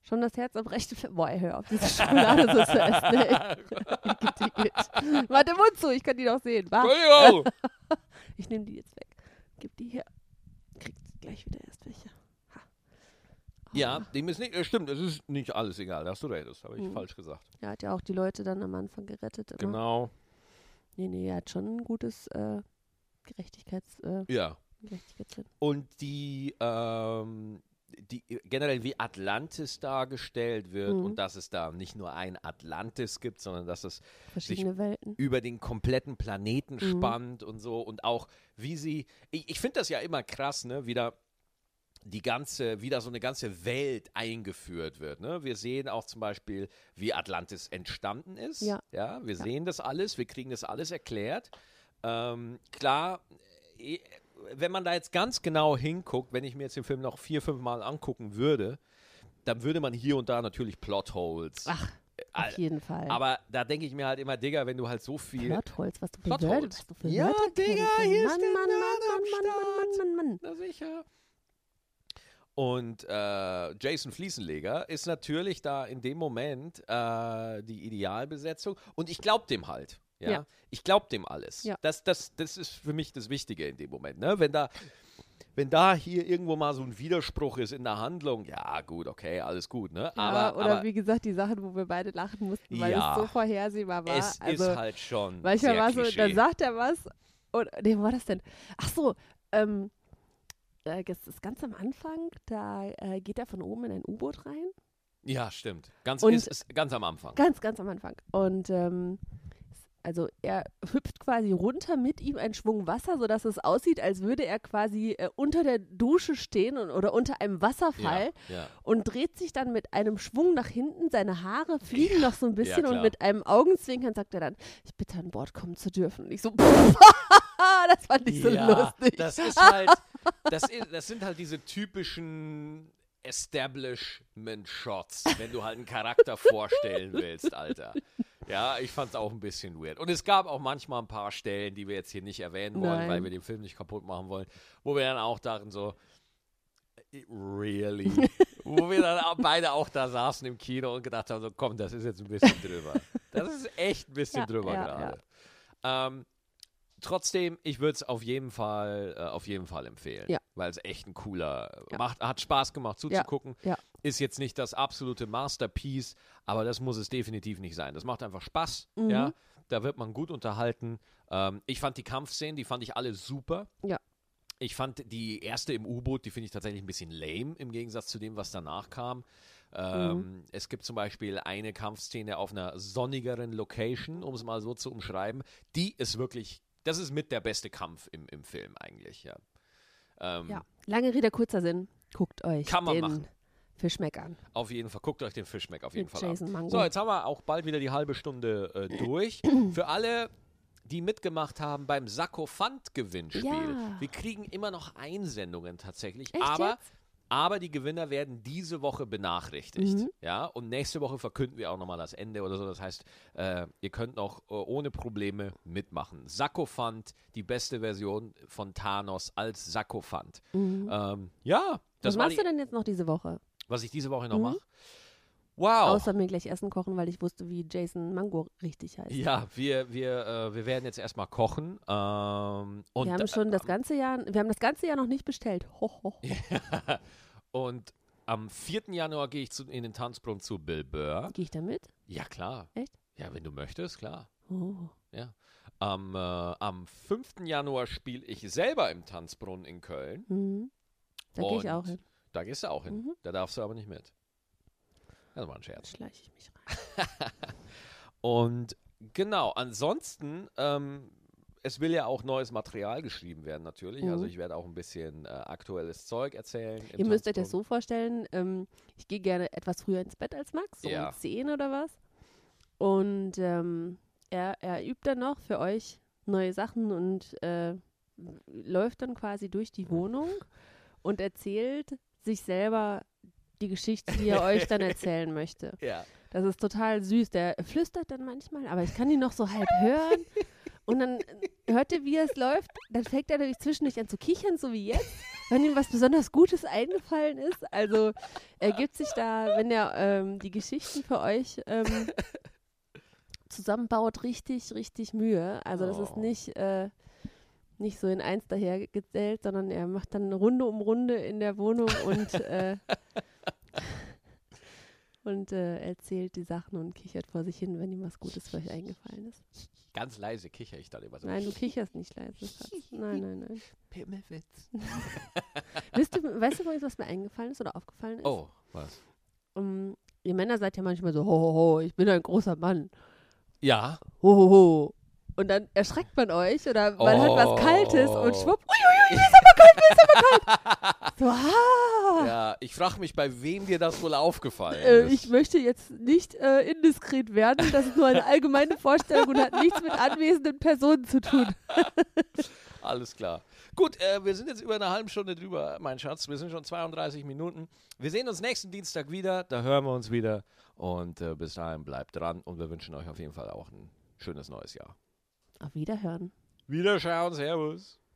Speaker 2: schon das Herz am rechten Fle- Boah, ey, hör auf, diese Schokolade so zu essen. ey. Gedickelt. Warte, Mund zu, ich kann die doch sehen. Warte.
Speaker 1: Entschuldigung!
Speaker 2: Ich nehme die jetzt weg. Gib die her. Kriegt gleich wieder erst welche. Ha. Oh,
Speaker 1: ja, dem ist nicht, äh, stimmt, es ist nicht alles egal, da hast du recht, das habe ich
Speaker 2: Mhm.
Speaker 1: falsch gesagt.
Speaker 2: Er hat ja auch die Leute dann am Anfang gerettet. Immer.
Speaker 1: Genau.
Speaker 2: Nee, nee, er hat schon ein gutes äh, Gerechtigkeits, äh,
Speaker 1: Ja.
Speaker 2: Gerechtigkeitssinn.
Speaker 1: Und die, ähm, die generell wie Atlantis dargestellt wird
Speaker 2: Mhm.
Speaker 1: und dass es da nicht nur ein Atlantis gibt, sondern dass es
Speaker 2: Verschiedene Welten.
Speaker 1: über den kompletten Planeten
Speaker 2: Mhm.
Speaker 1: spannt und so und auch wie sie ich, ich finde das ja immer krass, ne, wie da die ganze, wie da so eine ganze Welt eingeführt wird. Ne? Wir sehen auch zum Beispiel, wie Atlantis entstanden ist.
Speaker 2: Ja.
Speaker 1: ja wir
Speaker 2: Ja.
Speaker 1: sehen das alles, wir kriegen das alles erklärt. Ähm, klar, eh, wenn man da jetzt ganz genau hinguckt, wenn ich mir jetzt den Film noch vier, fünf Mal angucken würde, dann würde man hier und da natürlich Plotholes.
Speaker 2: Ach,
Speaker 1: Al-
Speaker 2: Auf jeden Fall.
Speaker 1: aber da denke ich mir halt immer, Digga, wenn du halt so viel.
Speaker 2: Plotholz, was du für
Speaker 1: Plotholz.
Speaker 2: Wörter, was du für
Speaker 1: Ja,
Speaker 2: Wörter
Speaker 1: Digga,
Speaker 2: kennst.
Speaker 1: hier ist
Speaker 2: Mann,
Speaker 1: der
Speaker 2: Mann,
Speaker 1: Nerd am
Speaker 2: Mann, Mann,
Speaker 1: Start.
Speaker 2: Mann, Mann, Mann, Mann.
Speaker 1: Na sicher. Und äh, Jason Fliesenleger ist natürlich da in dem Moment äh, die Idealbesetzung. Und ich glaube dem halt. Ja?
Speaker 2: Ja.
Speaker 1: Ich glaube dem alles.
Speaker 2: Ja.
Speaker 1: Das, das, das ist für mich das Wichtige in dem Moment. Ne? Wenn, da, wenn da hier irgendwo mal so ein Widerspruch ist in der Handlung, ja, gut, okay, alles gut. Ne?
Speaker 2: Ja,
Speaker 1: aber
Speaker 2: oder
Speaker 1: aber
Speaker 2: wie gesagt, die Sachen, wo wir beide lachen mussten, weil
Speaker 1: Ja.
Speaker 2: es so vorhersehbar war.
Speaker 1: es
Speaker 2: also,
Speaker 1: ist halt schon.
Speaker 2: Manchmal
Speaker 1: sehr
Speaker 2: war so,
Speaker 1: Klischee.
Speaker 2: dann sagt er was und nee, wo war das denn? Ach so, ähm, äh, das ist ganz am Anfang, da äh, geht er von oben in ein U-Boot rein.
Speaker 1: Ja, stimmt. Ganz,
Speaker 2: Und-
Speaker 1: ist, ist ganz am Anfang.
Speaker 2: Ganz, ganz am Anfang. Und ähm, s- also er hüpft quasi runter mit ihm einen Schwung Wasser, sodass es aussieht, als würde er quasi äh, unter der Dusche stehen und, oder unter einem Wasserfall
Speaker 1: Ja, ja.
Speaker 2: und dreht sich dann mit einem Schwung nach hinten. Seine Haare fliegen noch so ein bisschen
Speaker 1: klar.
Speaker 2: und mit einem Augenzwinkern sagt er dann, ich bitte an Bord kommen zu dürfen. Und ich so, das fand ich so lustig.
Speaker 1: Das ist halt, das, i- das sind halt diese typischen Establishment-Shots, wenn du halt einen Charakter vorstellen willst, Alter. Ja, ich fand's auch ein bisschen weird. Und es gab auch manchmal ein paar Stellen, die wir jetzt hier nicht erwähnen wollen,
Speaker 2: Nein.
Speaker 1: weil wir den Film nicht kaputt machen wollen, wo wir dann auch dachten so, really? wo wir dann auch beide auch da saßen im Kino und gedacht haben so, komm, das ist jetzt ein bisschen drüber. Das ist echt ein bisschen
Speaker 2: Ja,
Speaker 1: drüber
Speaker 2: ja,
Speaker 1: gerade. Ähm, trotzdem, ich würde es auf jeden Fall, äh, auf jeden Fall empfehlen,
Speaker 2: Ja.
Speaker 1: weil es echt ein cooler
Speaker 2: Ja.
Speaker 1: macht, hat Spaß gemacht zuzugucken.
Speaker 2: ja.
Speaker 1: Ist jetzt nicht das absolute Masterpiece, aber das muss es definitiv nicht sein. Das macht einfach Spaß.
Speaker 2: Mhm.
Speaker 1: Ja, da wird man gut unterhalten. Ähm, ich fand die Kampfszenen, die fand ich alle super.
Speaker 2: Ja.
Speaker 1: Ich fand die erste im U-Boot, die finde ich tatsächlich ein bisschen lame im Gegensatz zu dem, was danach kam. Ähm,
Speaker 2: Mhm.
Speaker 1: Es gibt zum Beispiel eine Kampfszene auf einer sonnigeren Location, um es mal so zu umschreiben. Die ist wirklich, das ist mit der beste Kampf im, im Film eigentlich, ja. Ähm,
Speaker 2: ja. Lange Rede, kurzer Sinn. Guckt euch
Speaker 1: Kann man
Speaker 2: den
Speaker 1: machen.
Speaker 2: Fischmeck an.
Speaker 1: Auf jeden Fall, guckt euch den Fischmeck auf jeden
Speaker 2: Mit
Speaker 1: Fall an.
Speaker 2: Jason Mango.
Speaker 1: So, jetzt haben wir auch bald wieder die halbe Stunde äh, durch. Für alle, die mitgemacht haben beim Sakkophant-Gewinnspiel.
Speaker 2: Ja.
Speaker 1: Wir kriegen immer noch Einsendungen tatsächlich,
Speaker 2: Echt
Speaker 1: aber
Speaker 2: jetzt?
Speaker 1: Aber die Gewinner werden diese Woche benachrichtigt.
Speaker 2: Mhm.
Speaker 1: Ja, und nächste Woche verkünden wir auch nochmal das Ende oder so. Das heißt, äh, ihr könnt noch äh, ohne Probleme mitmachen. Sakofant, die beste Version von Thanos als Sakofant.
Speaker 2: Mhm.
Speaker 1: Ähm, ja, das
Speaker 2: Was
Speaker 1: war
Speaker 2: machst
Speaker 1: die,
Speaker 2: du denn jetzt noch diese Woche?
Speaker 1: was ich diese Woche noch
Speaker 2: Mhm.
Speaker 1: mache. Wow.
Speaker 2: Außer mir gleich Essen kochen, weil ich wusste, wie Jason Mango richtig heißt.
Speaker 1: ja, wir, wir, äh, wir werden jetzt erstmal kochen. Ähm, und
Speaker 2: wir haben schon das ganze Jahr, wir haben das ganze Jahr noch nicht bestellt. Ho, ho, ho.
Speaker 1: äh, Und am 4. Januar gehe ich zu, in den Tanzbrunnen zu Bill Burr.
Speaker 2: Gehe ich damit?
Speaker 1: Ja, klar.
Speaker 2: Echt?
Speaker 1: Ja, wenn du möchtest, klar.
Speaker 2: Oh.
Speaker 1: Am, äh, am 5. Januar spiele ich selber im Tanzbrunnen in Köln.
Speaker 2: Mhm. Da gehe ich
Speaker 1: Und
Speaker 2: auch hin.
Speaker 1: Da gehst du auch hin.
Speaker 2: Mhm.
Speaker 1: Da darfst du aber nicht mit. Das war ein Scherz.
Speaker 2: Schleiche ich mich rein.
Speaker 1: Und genau, ansonsten, ähm, es will ja auch neues Material geschrieben werden, natürlich. Also
Speaker 2: Mhm.
Speaker 1: ich werde auch ein bisschen äh, aktuelles Zeug erzählen. im
Speaker 2: Ihr müsst euch das
Speaker 1: Tanzprogramm.
Speaker 2: so vorstellen, ähm, ich gehe gerne etwas früher ins Bett als Max, so
Speaker 1: Ja.
Speaker 2: um 10 oder was. Und ähm, er, er übt dann noch für euch neue Sachen und äh, läuft dann quasi durch die Wohnung und erzählt sich selber die Geschichte, die er euch dann erzählen möchte.
Speaker 1: Ja.
Speaker 2: Das ist total süß. Der flüstert dann manchmal, aber ich kann ihn noch so halb hören. Und dann äh, hört ihr, wie es läuft. Dann fängt er natürlich zwischendurch an zu kichern, so wie jetzt, wenn ihm was besonders Gutes eingefallen ist. Also er gibt sich da, wenn er ähm, die Geschichten für euch ähm, zusammenbaut, richtig, richtig Mühe. Also das ist
Speaker 1: Oh.
Speaker 2: nicht, äh, nicht so in eins dahergezählt, sondern er macht dann Runde um Runde in der Wohnung und äh, und äh, erzählt die Sachen und kichert vor sich hin, wenn ihm was Gutes für euch eingefallen ist.
Speaker 1: Ganz leise kicher ich dann immer so.
Speaker 2: Nein, du kicherst nicht leise. Schatz. Nein, nein, nein.
Speaker 1: Pimmelwitz.
Speaker 2: Wisst du, weißt du übrigens, was mir eingefallen ist oder aufgefallen ist?
Speaker 1: Oh, was?
Speaker 2: Um, ihr Männer seid ja manchmal so, ho, ho, ho, ich bin ein großer Mann.
Speaker 1: Ja.
Speaker 2: Ho, ho, ho. Und dann erschreckt man euch oder man hat was Kaltes und
Speaker 1: Oh.
Speaker 2: schwupp, uiuiui, ist aber kalt, mir ist aber kalt. So, ah.
Speaker 1: Ja, ich frage mich, bei wem dir das wohl aufgefallen
Speaker 2: Äh,
Speaker 1: ist.
Speaker 2: ich möchte jetzt nicht äh, indiskret werden. Das ist nur eine allgemeine Vorstellung und hat nichts mit anwesenden Personen zu tun.
Speaker 1: Alles klar. Gut, äh, wir sind jetzt über eine halbe Stunde drüber, mein Schatz. Wir sind schon 32 Minuten. Wir sehen uns nächsten Dienstag wieder. Da hören wir uns wieder. Und äh, bis dahin bleibt dran. Und wir wünschen euch auf jeden Fall auch ein schönes neues Jahr.
Speaker 2: Auf Wiederhören.
Speaker 1: Wiederschauen. Servus.